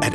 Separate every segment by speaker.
Speaker 1: At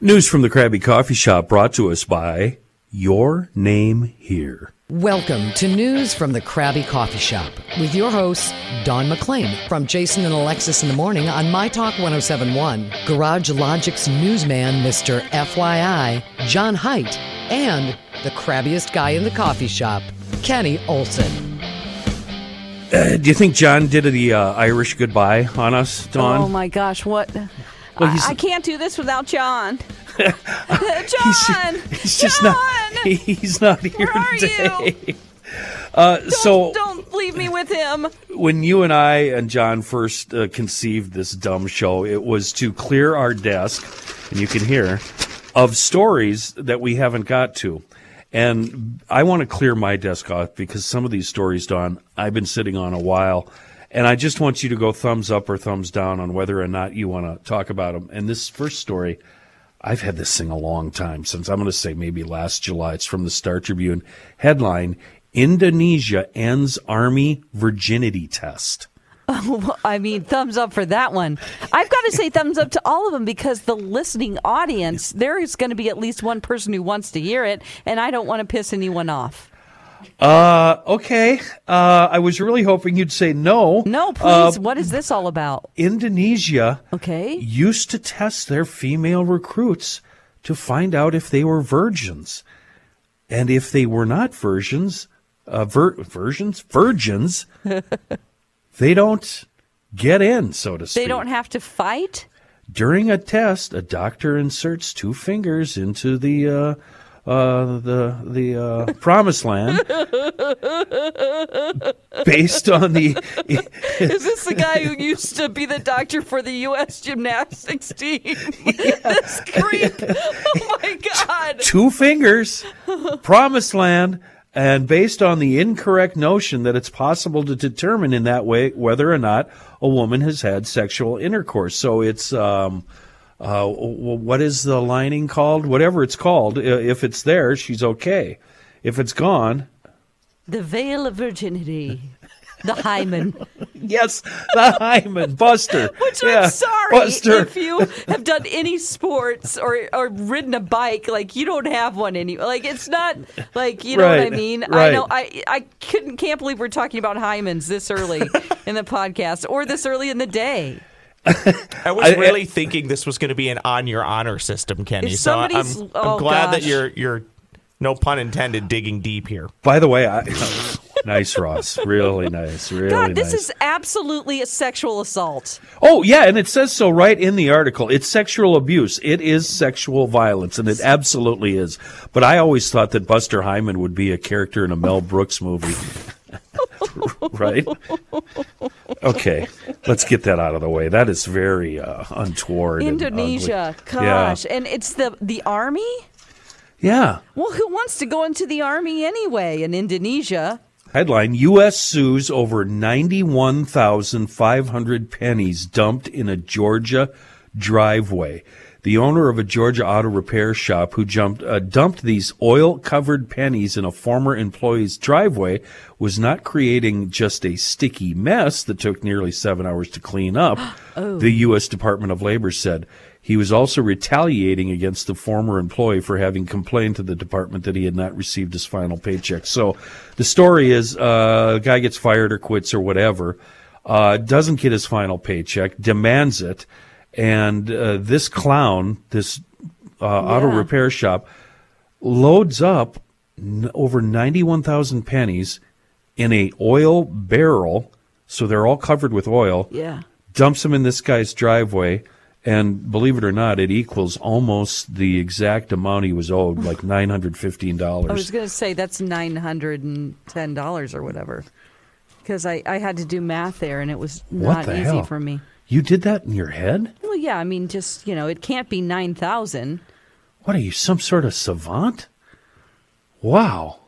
Speaker 2: News from the Krabby Coffee Shop brought to us by Your Name Here.
Speaker 3: Welcome to News from the Krabby Coffee Shop with your hosts, Don McLean from Jason and Alexis in the Morning on My Talk 1071, Garage Logic's newsman, Mr. FYI, John Height, and the crabbiest guy in the coffee shop, Kenny Olson.
Speaker 2: Uh, do you think John did the uh, Irish goodbye on us, Don?
Speaker 4: Oh my gosh, what?
Speaker 2: Well,
Speaker 4: I,
Speaker 2: he's-
Speaker 4: I can't do this without John.
Speaker 2: he's,
Speaker 4: John,
Speaker 2: he's
Speaker 4: John,
Speaker 2: just not. he- he's not here
Speaker 4: where are
Speaker 2: today.
Speaker 4: you?
Speaker 2: Uh, so
Speaker 4: Don't leave me with him.
Speaker 2: when you and I and John first uh, conceived this dumb show, it was to clear our desk, and you can hear, of stories that we haven't got to. And I want to clear my desk off because some of these stories, Don, I've been sitting on a while. And I just want you to go thumbs up or thumbs down on whether or not you want to talk about them. And this first story, I've had this thing a long time since I'm going to say maybe last July. It's from the Star Tribune. Headline Indonesia ends Army virginity test.
Speaker 4: Well, I mean, thumbs up for that one. I've got to say thumbs up to all of them because the listening audience, there is going to be at least one person who wants to hear it, and I don't want to piss anyone off.
Speaker 2: Uh, okay. Uh, I was really hoping you'd say no.
Speaker 4: No, please.
Speaker 2: Uh,
Speaker 4: what is this all about?
Speaker 2: Indonesia
Speaker 4: Okay.
Speaker 2: used to test their female recruits to find out if they were virgins. And if they were not virgins, uh, vir- virgins, virgins, they don't get in, so to speak.
Speaker 4: They don't have to fight?
Speaker 2: During a test, a doctor inserts two fingers into the uh, uh, the the uh, promised land, based on the
Speaker 4: Is this the guy who used to be the doctor for the U.S. gymnastics team? this creep. Oh my God.
Speaker 2: two fingers, promised land, and based on the incorrect notion that it's possible to determine in that way whether or not a woman has had sexual intercourse. So it's um, uh, w- w- what is the lining called? Whatever it's called, i- if it's there, she's okay. If it's gone,
Speaker 4: The veil of virginity. The hymen.
Speaker 2: yes, the hymen, Buster.
Speaker 4: Which
Speaker 2: Yeah,
Speaker 4: I'm sorry
Speaker 2: Buster.
Speaker 4: if you have done any sports or, or ridden a bike, like you don't have one anymore. Like it's not like you know what I
Speaker 2: Right,
Speaker 4: mean. I
Speaker 2: right.
Speaker 4: know I I couldn't can't believe we're talking about hymens this early in the podcast or this early in the day.
Speaker 5: I was
Speaker 2: I-
Speaker 5: really thinking this was going to be an on your honor system, Kenny.
Speaker 4: If
Speaker 5: So I- I'm,
Speaker 4: somebody's-
Speaker 5: I'm
Speaker 4: oh,
Speaker 5: glad that
Speaker 4: gosh.
Speaker 5: you're you're no pun intended digging deep here.
Speaker 2: By the way, I, nice, Ross. Really nice. Really
Speaker 4: God, this
Speaker 2: nice.
Speaker 4: is absolutely a sexual assault.
Speaker 2: Oh yeah, and it says so right in the article. It's sexual abuse. It is sexual violence, and it absolutely is. But I always thought that Buster Hyman would be a character in a Mel Brooks movie. right? Okay, let's get that out of the way. That is very uh, untoward. and ugly.
Speaker 4: Indonesia, gosh, and it's the the army.
Speaker 2: Yeah. yeah.
Speaker 4: Well, who wants to go into the army anyway in Indonesia?
Speaker 2: Headline U.S. sues over 91,500 pennies dumped in a Georgia driveway. The owner of a Georgia auto repair shop who jumped, uh, dumped these oil covered pennies in a former employee's driveway was not creating just a sticky mess that took nearly seven hours to clean up, the U.S. Department of Labor said. He was also retaliating against the former employee for having complained to the department that he had not received his final paycheck. So the story is uh, a guy gets fired or quits or whatever, uh, doesn't get his final paycheck, demands it, and uh, this clown, this uh, auto
Speaker 4: Yeah.
Speaker 2: repair shop loads up n- over 91,000 pennies in a oil barrel so they're all covered with oil
Speaker 4: Yeah.
Speaker 2: dumps them in this guy's driveway and believe it or not it equals almost the exact amount he was owed like $915
Speaker 4: I was going to say that's nine hundred and ten dollars or whatever, because I, I had to do math there and it was
Speaker 2: what
Speaker 4: not
Speaker 2: the
Speaker 4: easy
Speaker 2: hell
Speaker 4: for me.
Speaker 2: you did that in your head
Speaker 4: Well, yeah, I mean, just you know, it can't be nine thousand.
Speaker 2: What are you, some sort of savant? Wow.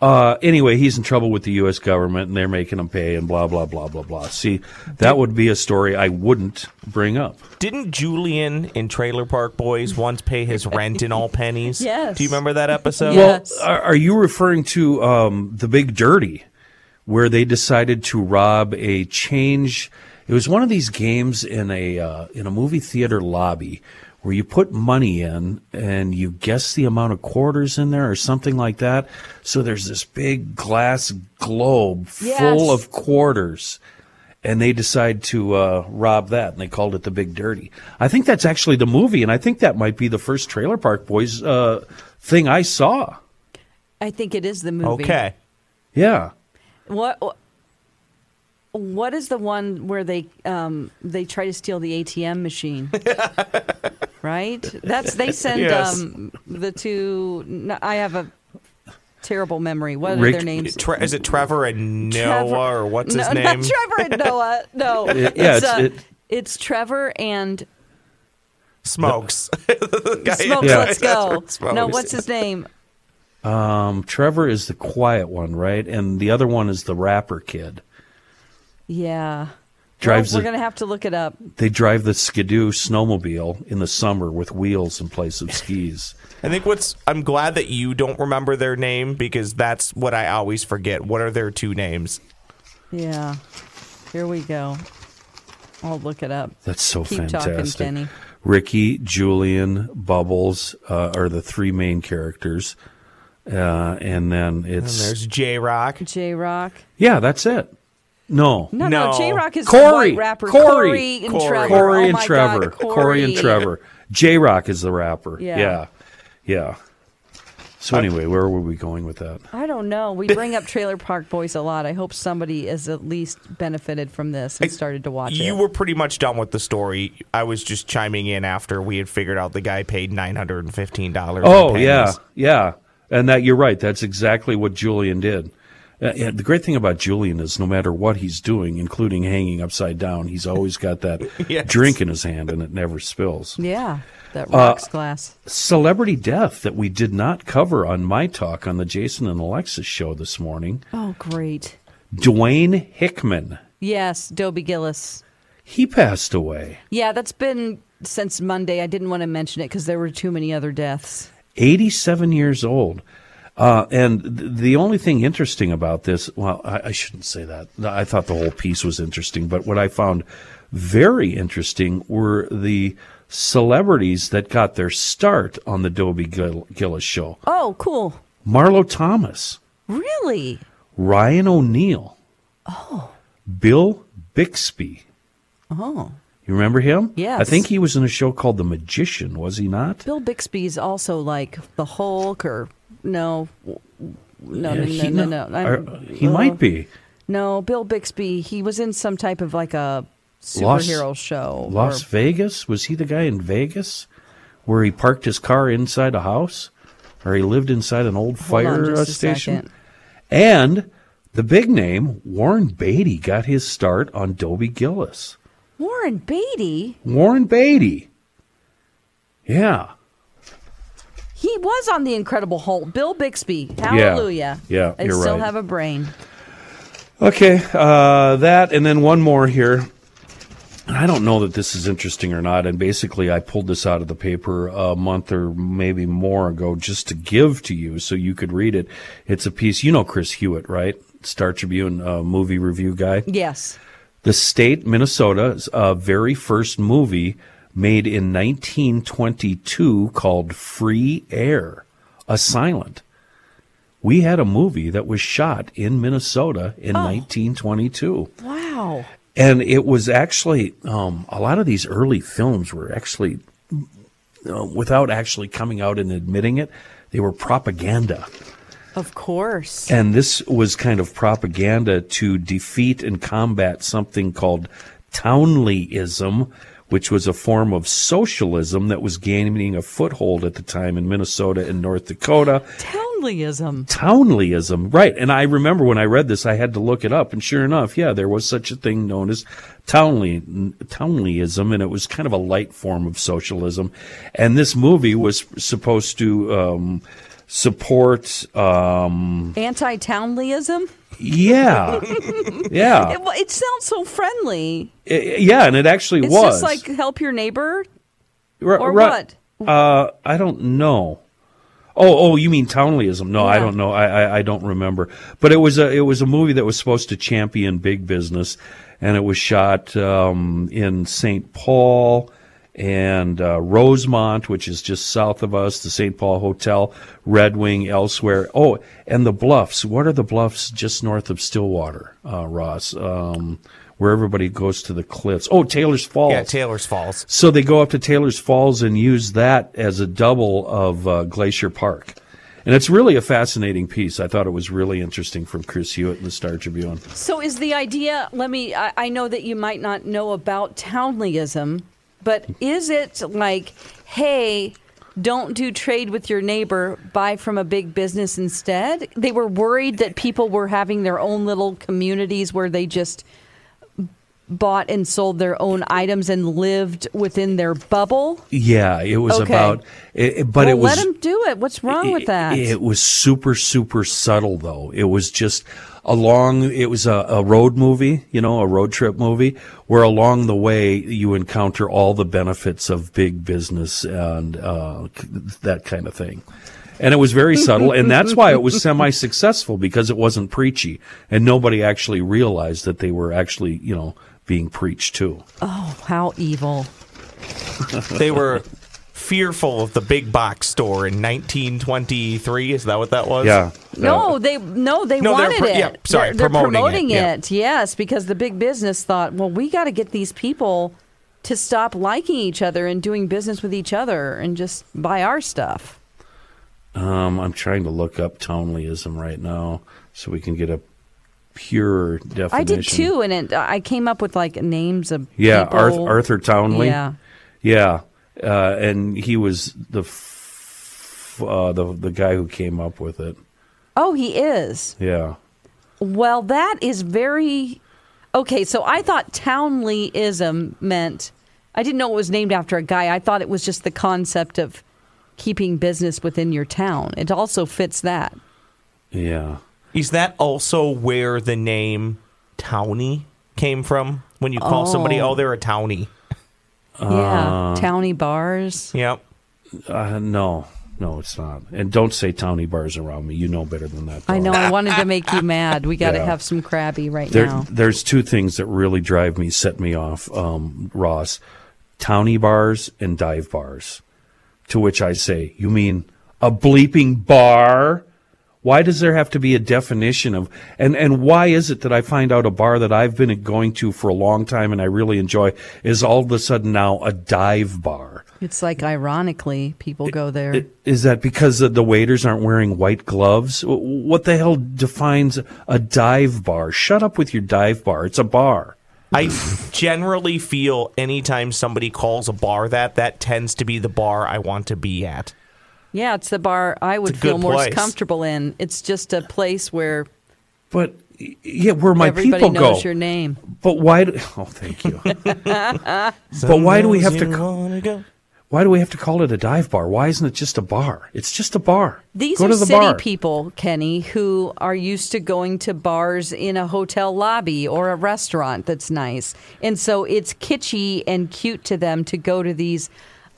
Speaker 2: Uh, anyway, he's in trouble with the U.S. government, and they're making him pay, and blah blah blah blah blah. See, that would be a story I wouldn't bring up.
Speaker 5: Didn't Julian in Trailer Park Boys once pay his rent in all pennies?
Speaker 4: Yes.
Speaker 5: Do you remember that episode?
Speaker 4: Well, Yes.
Speaker 2: Are, are you referring to um, the Big Dirty, where they decided to rob a change? It was one of these games in a uh, in a movie theater lobby where you put money in and you guess the amount of quarters in there or something like that. So there's this big glass globe full
Speaker 4: Yes.
Speaker 2: of quarters. And they decide to uh, rob that, and they called it the Big Dirty. I think that's actually the movie, and I think that might be the first Trailer Park Boys uh, thing I saw.
Speaker 4: I think it is the movie.
Speaker 5: okay.
Speaker 2: Yeah.
Speaker 4: What what is the one where they um, they try to steal the ATM machine? right? That's they send
Speaker 5: Yes.
Speaker 4: um, the two. n- I have a terrible memory. What are
Speaker 2: Rick-
Speaker 4: their names?
Speaker 5: Tre- is it Trevor and Noah
Speaker 4: Trevor-
Speaker 5: or what's his
Speaker 4: No,
Speaker 5: name?
Speaker 4: Not Trevor and Noah. No.
Speaker 2: yeah, it's-
Speaker 4: uh,
Speaker 2: it-
Speaker 4: it's Trevor and
Speaker 5: Smokes. The guy-
Speaker 4: Smokes.
Speaker 2: Yeah.
Speaker 4: Let's go.
Speaker 5: Smokes.
Speaker 4: No, what's his name?
Speaker 2: Um, Trevor is the quiet one, right? And the other one is the rapper kid.
Speaker 4: Yeah.
Speaker 2: Drives
Speaker 4: Well,
Speaker 2: the-
Speaker 4: we're gonna have to look it up.
Speaker 2: They drive the skidoo snowmobile in the summer with wheels in place of skis.
Speaker 5: I think what's I'm glad that you don't remember their name because that's what I always forget. What are their two names?
Speaker 4: Yeah. Here we go. I'll look it up.
Speaker 2: That's so
Speaker 4: Keep talking,
Speaker 2: fantastic.
Speaker 4: Kenny.
Speaker 2: Ricky, Julian, Bubbles uh, are the three main characters. Uh, and then
Speaker 5: And
Speaker 2: it's
Speaker 5: there's J Rock.
Speaker 4: J Rock.
Speaker 2: yeah, that's it. No,
Speaker 4: No, no,
Speaker 5: No.
Speaker 4: J Rock is
Speaker 2: Corey,
Speaker 4: the white rapper.
Speaker 2: Corey,
Speaker 4: and
Speaker 5: Corey.
Speaker 4: Trevor.
Speaker 2: Corey
Speaker 4: Oh
Speaker 2: and
Speaker 4: my
Speaker 2: Trevor.
Speaker 4: God,
Speaker 2: Corey. and Trevor. J Rock is the rapper.
Speaker 4: Yeah.
Speaker 2: yeah, yeah. So anyway, where were we going with that?
Speaker 4: I don't know. We bring up Trailer Park Boys a lot. I hope somebody has at least benefited from this and started to watch
Speaker 5: You
Speaker 4: it.
Speaker 5: were pretty much done with the story. I was just chiming in after we had figured out the guy paid nine hundred and fifteen dollars.
Speaker 2: Oh yeah, yeah, and that you're right. That's exactly what Julian did. Uh, yeah, the great thing about Julian is, no matter what he's doing, including hanging upside down, he's always got that
Speaker 5: Yes.
Speaker 2: drink in his hand, and it never spills.
Speaker 4: yeah, that
Speaker 2: Uh,
Speaker 4: rocks glass.
Speaker 2: Celebrity death that we did not cover on my talk on the Jason and Alexis show this morning.
Speaker 4: Oh, great.
Speaker 2: Dwayne Hickman,
Speaker 4: Yes, Dobie Gillis.
Speaker 2: he passed away,
Speaker 4: Yeah, that's been since Monday. I didn't want to mention it because there were too many other deaths.
Speaker 2: 87 years old. Uh, and th- the only thing interesting about this, well, I, I shouldn't say that. I thought the whole piece was interesting, but what I found very interesting were the celebrities that got their start on the Dobie Gill- Gillis show.
Speaker 4: Oh, cool.
Speaker 2: Marlo Thomas,
Speaker 4: Really?
Speaker 2: Ryan O'Neal, oh. Bill Bixby.
Speaker 4: Oh.
Speaker 2: You remember him?
Speaker 4: Yes.
Speaker 2: I think he was in a show called The Magician, was he not?
Speaker 4: Bill Bixby's also like the Hulk or no. w- No,
Speaker 2: Yeah,
Speaker 4: no,
Speaker 2: he-
Speaker 4: no,
Speaker 2: no.
Speaker 4: no, no.
Speaker 2: Or-
Speaker 4: I'm-
Speaker 2: he
Speaker 4: uh,
Speaker 2: might be.
Speaker 4: No, Bill Bixby. He was in some type of like a
Speaker 2: Las-
Speaker 4: superhero show. or-
Speaker 2: Las Vegas? Was he the guy in Vegas where he parked his car inside a house or he lived inside an old
Speaker 4: Hold on
Speaker 2: fire uh,
Speaker 4: just a
Speaker 2: station?
Speaker 4: second.
Speaker 2: And the big name, Warren Beatty, got his start on Dobie Gillis.
Speaker 4: Warren Beatty.
Speaker 2: Warren Beatty. Yeah.
Speaker 4: He was on the Incredible Hulk. Bill Bixby. Hallelujah.
Speaker 2: Yeah,
Speaker 4: I
Speaker 2: you're
Speaker 4: still
Speaker 2: right.
Speaker 4: have a brain.
Speaker 2: Okay, uh, that and then one more here. I don't know that this is interesting or not, and basically I pulled this out of the paper a month or maybe more ago just to give to you so you could read it. It's a piece, you know Chris Hewitt, right? Star Tribune uh, movie review guy.
Speaker 4: Yes.
Speaker 2: The state Minnesota's uh, very first movie made in 1922 called Free Air, a silent. We had a movie that was shot in Minnesota in 1922.
Speaker 4: Wow.
Speaker 2: And it was actually um, a lot of these early films were actually uh, without actually coming out and admitting it, they were propaganda.
Speaker 4: Of course.
Speaker 2: And this was kind of propaganda to defeat and combat something called townleyism, which was a form of socialism that was gaining a foothold at the time in Minnesota and North Dakota.
Speaker 4: Townleyism.
Speaker 2: Townleyism, right. And I remember when I read this, I had to look it up. And sure enough, yeah, there was such a thing known as townley, townleyism, and it was kind of a light form of socialism. And this movie was supposed to, um, support, um,
Speaker 4: Anti townleyism?
Speaker 2: Uh, yeah, yeah,
Speaker 4: It, it sounds so friendly.
Speaker 2: I- I- yeah, and it actually
Speaker 4: It's
Speaker 2: was
Speaker 4: just like help your neighbor
Speaker 2: Ru-
Speaker 4: or
Speaker 2: ru-
Speaker 4: what?
Speaker 2: Uh, I don't know. Oh, oh, you mean townleyism? No, I
Speaker 4: Yeah.
Speaker 2: don't know. I, I, I don't remember. But it was a it was a movie that was supposed to champion big business, and it was shot um, in St. Paul and uh, Rosemont, which is just south of us, the St. Paul Hotel, Red Wing, elsewhere. Oh, and the Bluffs. What are the Bluffs just north of Stillwater, uh, Ross? Um, where everybody goes to the cliffs. Oh, Taylor's Falls.
Speaker 5: Yeah, Taylor's Falls.
Speaker 2: So they go up to Taylor's Falls and use that as a double of uh, Glacier Park. And it's really a fascinating piece. I thought it was really interesting from Chris Hewitt in the Star Tribune.
Speaker 4: So is the idea, let me, I, I know that you might not know about townleyism, but is it like, hey, don't do trade with your neighbor, buy from a big business instead? They were worried that people were having their own little communities where they just bought and sold their own items and lived within their bubble.
Speaker 2: Yeah, it was
Speaker 4: Okay.
Speaker 2: about, it, it- but
Speaker 4: Well,
Speaker 2: it was
Speaker 4: let them do it. What's wrong with that?
Speaker 2: It, it was super, super subtle though. It was just along, it was a, a road movie, you know, a road trip movie where along the way you encounter all the benefits of big business and uh, c- that kind of thing. And it was very subtle, and that's why it was semi-successful because it wasn't preachy, and nobody actually realized that they were actually, you know, being preached to.
Speaker 4: Oh, How evil.
Speaker 5: They were fearful of the big box store in 1923. Is that what that was?
Speaker 4: No, they no, they
Speaker 5: Uh, No, they're
Speaker 4: wanted
Speaker 5: pro-
Speaker 4: it.
Speaker 5: yeah, sorry,
Speaker 4: they're, they're
Speaker 5: promoting it,
Speaker 4: promoting
Speaker 5: yeah.
Speaker 4: it. Yes, because the big business thought, well, we got to get these people to stop liking each other and doing business with each other and just buy our stuff.
Speaker 2: Um, I'm trying to look up townleyism right now so we can get a pure definition.
Speaker 4: I did too, and it, I came up with like names of
Speaker 2: Yeah,
Speaker 4: people.
Speaker 2: Arth- Arthur Townley.
Speaker 4: Yeah,
Speaker 2: Yeah, uh, and he was the f- uh, the the guy who came up with it.
Speaker 4: oh, he is.
Speaker 2: Yeah.
Speaker 4: Well, that is very okay. So I thought townleyism meant I didn't know it was named after a guy. I thought it was just the concept of keeping business within your town. It also fits that.
Speaker 2: Yeah.
Speaker 5: Is that also where the name Townie came from? When you call somebody,
Speaker 4: Oh.
Speaker 5: oh, they're a Townie.
Speaker 2: Ah.
Speaker 4: yeah, towny bars.
Speaker 5: Yep.
Speaker 2: Uh, no, no, it's not. And don't say townie bars around me. You know better than that.
Speaker 4: I
Speaker 2: dog.
Speaker 4: know. I wanted to make you mad. We got to
Speaker 2: Yeah.
Speaker 4: have some crabby right
Speaker 2: There,
Speaker 4: now.
Speaker 2: There's two things that really drive me, set me off, um, Ross. Townie bars and dive bars. To which I say, you mean a bleeping bar? Why does there have to be a definition of and and why is it that I find out a bar that I've been going to for a long time and I really enjoy is all of a sudden now a dive bar?
Speaker 4: It's like ironically, people go there.
Speaker 2: I- Is that because the- the waiters aren't wearing white gloves? W- What the hell defines a dive bar? Shut up with your dive bar. It's a bar.
Speaker 5: I generally feel anytime somebody calls a bar that, that tends to be the bar I want to be at.
Speaker 4: yeah, it's the bar I would
Speaker 5: a
Speaker 4: feel
Speaker 5: good
Speaker 4: more
Speaker 5: place.
Speaker 4: comfortable in. It's just a place where
Speaker 2: But y- yeah, where my
Speaker 4: everybody
Speaker 2: people
Speaker 4: knows
Speaker 2: go.
Speaker 4: your name.
Speaker 2: But why? Do, oh, thank you. but why do we have to? ca- Why do we have to call it a dive bar? Why isn't it just a bar? It's just a bar.
Speaker 4: These
Speaker 2: go
Speaker 4: are
Speaker 2: to the
Speaker 4: city
Speaker 2: bar.
Speaker 4: people, Kenny, who are used to going to bars in a hotel lobby or a restaurant that's nice. And so it's kitschy and cute to them to go to these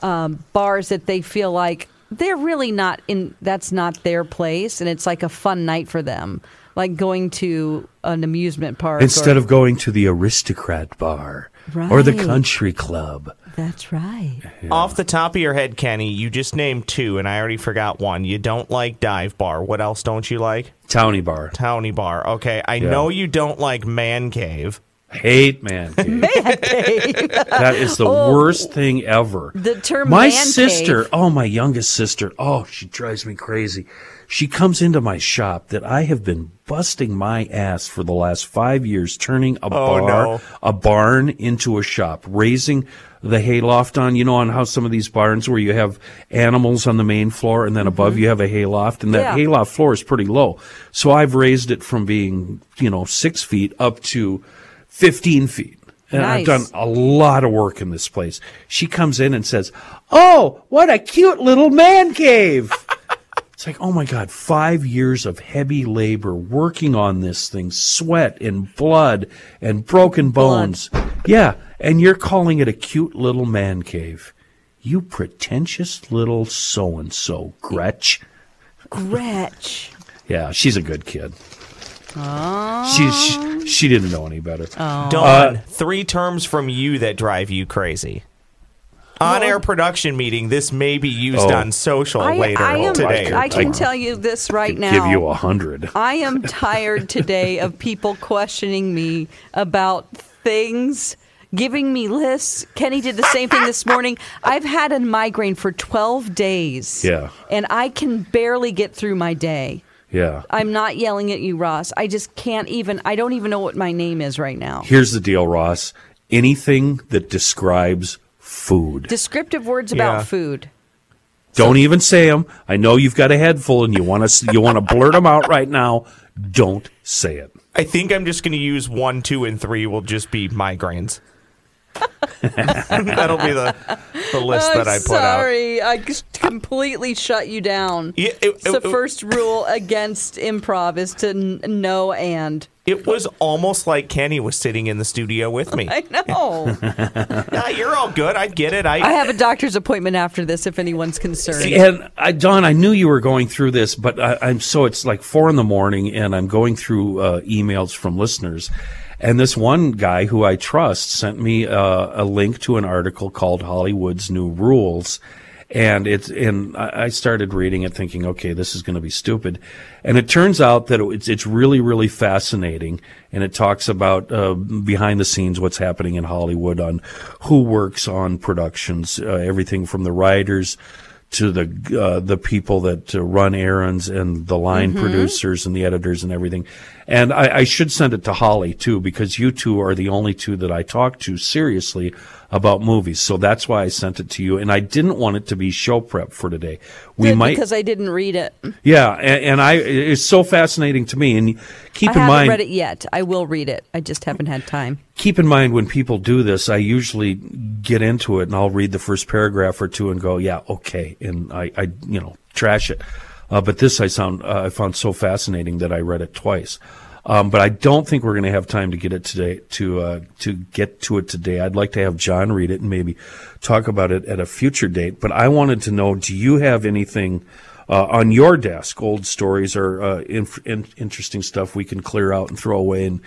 Speaker 4: um, bars that they feel like they're really not in, that's not their place. And it's like a fun night for them, like going to an amusement park.
Speaker 2: Instead
Speaker 4: or-
Speaker 2: of going to the aristocrat bar or the
Speaker 4: Right.
Speaker 2: country club,
Speaker 4: That's right.
Speaker 5: Off the top of your head, Kenny, you just named two, and I already forgot one. You don't like dive bar. What else don't you like?
Speaker 2: townie bar.
Speaker 5: Towny bar. Okay, I know you don't like man cave.
Speaker 2: hate man cave. that is the worst thing ever.
Speaker 4: Oh, The term
Speaker 2: my
Speaker 4: man
Speaker 2: sister,
Speaker 4: cave.
Speaker 2: oh my youngest sister, oh she drives me crazy. She comes into my shop that I have been busting my ass for the last five years, turning a bar,
Speaker 5: no.
Speaker 2: a barn into a shop, raising the hayloft on, you know, on how some of these barns where you have animals on the main floor and then above you have a hayloft and that
Speaker 4: Yeah.
Speaker 2: hayloft loft floor is pretty low. So I've raised it from being, you know, six feet up to 15 feet. And I've done
Speaker 4: Nice.
Speaker 2: a lot of work in this place. She comes in and says, Oh, what a cute little man cave. It's like, oh my God, five years of heavy labor working on this thing, sweat and blood and broken bones. Yeah. And you're calling it a cute little man cave. You pretentious little so and so, Gretch.
Speaker 4: Gretch.
Speaker 2: Yeah, she's a good kid. She, she she didn't know any better.
Speaker 4: Oh.
Speaker 5: Don, three terms from you that drive you crazy. On air production meeting, this may be used
Speaker 2: Oh.
Speaker 5: on social
Speaker 4: I,
Speaker 5: later
Speaker 4: I am.
Speaker 5: today.
Speaker 4: I can
Speaker 2: I-
Speaker 4: tell you this right now.
Speaker 2: Give you a hundred.
Speaker 4: I am tired today of people questioning me about things, giving me lists. Kenny did the same thing this morning. I've had a migraine for 12 days.
Speaker 2: Yeah.
Speaker 4: And I can barely get through my day.
Speaker 2: Yeah.
Speaker 4: I'm not yelling at you, Ross. I just can't even, I don't even know what my name is right now.
Speaker 2: Here's the deal, Ross. Anything that describes food,
Speaker 4: Descriptive words about
Speaker 5: Yeah.
Speaker 4: food.
Speaker 2: don't even say them. I know you've got a head full and you want to you want to blurt them out right now. Don't say it.
Speaker 5: I think I'm just going to use one, two, and three will just be migraines. That'll be the, the list that I put out.
Speaker 4: sorry. I just completely shut you down.
Speaker 5: Yeah, it-
Speaker 4: it's the
Speaker 5: it-
Speaker 4: first rule against improv is to n- know and.
Speaker 5: It was almost like Kenny was sitting in the studio with me.
Speaker 4: I know.
Speaker 5: Nah, you're all good. I get it.
Speaker 4: I
Speaker 5: I,
Speaker 4: have a doctor's appointment after this if anyone's concerned.
Speaker 2: And I, Don, I knew you were going through this, but I, I'm so it's like four in the morning, and I'm going through uh, emails from listeners. And this one guy who I trust sent me uh, a link to an article called Hollywood's New Rules. And it's, and I I started reading it thinking, okay, this is going to be stupid. And it turns out that it's, it's really, really fascinating. And it talks about, uh, behind the scenes, what's happening in Hollywood on who works on productions, uh, everything from the writers to the uh, the people that uh, run errands and the line
Speaker 4: Mm-hmm.
Speaker 2: producers and the editors and everything. And I, I should send it to Holly too because you two are the only two that I talk to seriously about movies. So that's why I sent it to you. And I didn't want it to be show prep for today. We
Speaker 4: Good,
Speaker 2: might,
Speaker 4: because I didn't read it.
Speaker 2: yeah. And, and I it's so fascinating to me. And keep
Speaker 4: I
Speaker 2: in
Speaker 4: haven't
Speaker 2: mind,
Speaker 4: read it yet. I will read it. I just haven't had time.
Speaker 2: keep in mind when people do this, I usually get into it and I'll read the first paragraph or two and go, yeah, okay. And I, I you know, trash it. Uh, but this I sound, uh, I found so fascinating that I read it twice. Um, but I don't think we're going to have time to get it today, to, uh, to get to it today. I'd like to have John read it and maybe talk about it at a future date. But I wanted to know, do you have anything, uh, on your desk, old stories or, uh, inf- in- interesting stuff we can clear out and throw away and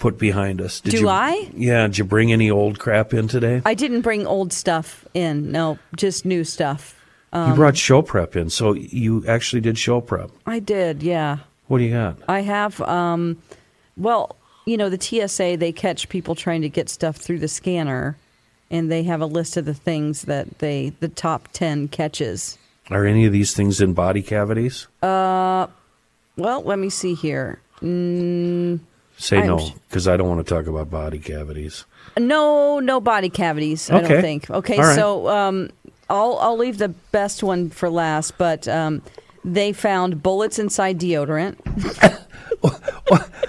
Speaker 2: put behind us? Did
Speaker 4: Do
Speaker 2: you-
Speaker 4: I?
Speaker 2: Yeah. Did you bring any old crap in today?
Speaker 4: I didn't bring old stuff in. No, just new stuff.
Speaker 2: you
Speaker 4: Um,
Speaker 2: brought show prep in, so you actually did show prep.
Speaker 4: I did, yeah.
Speaker 2: What do you got?
Speaker 4: I have, um, well, you know, the TSA, they catch people trying to get stuff through the scanner, and they have a list of the things that they, the top 10 catches.
Speaker 2: Are any of these things in body cavities?
Speaker 4: Well, let me see here.
Speaker 2: Say
Speaker 4: I'm
Speaker 2: no,
Speaker 4: sh-
Speaker 2: because I don't want to talk about body cavities.
Speaker 4: No, no body cavities. I
Speaker 2: Okay.
Speaker 4: don't think. Okay,
Speaker 2: All right.
Speaker 4: so um, I'll I'll leave the best one for last. But um, they found bullets inside deodorant.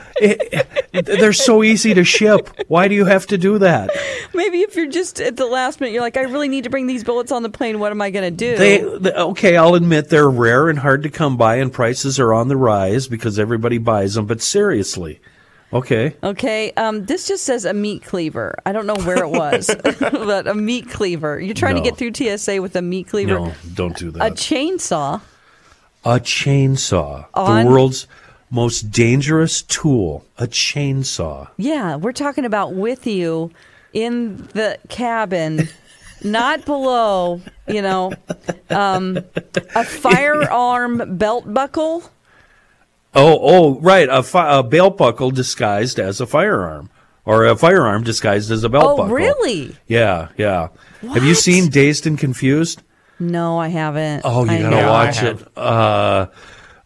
Speaker 2: They're so easy to ship. Why do you have to do that?
Speaker 4: Maybe if you're just at the last minute, you're like, I really need to bring these bullets on the plane. What am I going to do?
Speaker 2: They, they okay, I'll admit they're rare and hard to come by, and prices are on the rise because everybody buys them. But seriously, okay,
Speaker 4: okay, um, this just says a meat cleaver. I don't know where it was, but a meat cleaver. You're trying
Speaker 2: No.
Speaker 4: to get through TSA with a meat cleaver.
Speaker 2: no, don't do
Speaker 4: A
Speaker 2: that.
Speaker 4: chainsaw.
Speaker 2: a chainsaw,
Speaker 4: On-
Speaker 2: the world's most dangerous tool. A chainsaw.
Speaker 4: Yeah, we're talking about with you in the cabin, not below, you know, um, a firearm belt buckle.
Speaker 2: Oh, oh, right. A, fi- a belt buckle disguised as a firearm or a firearm disguised as a belt
Speaker 4: Oh,
Speaker 2: buckle.
Speaker 4: really?
Speaker 2: Yeah, yeah. Have you
Speaker 4: What?
Speaker 2: seen Dazed and Confused?
Speaker 4: No, I haven't.
Speaker 2: Oh, you
Speaker 4: I
Speaker 2: gotta
Speaker 4: know.
Speaker 5: I
Speaker 2: watch
Speaker 5: have.
Speaker 2: it. Uh,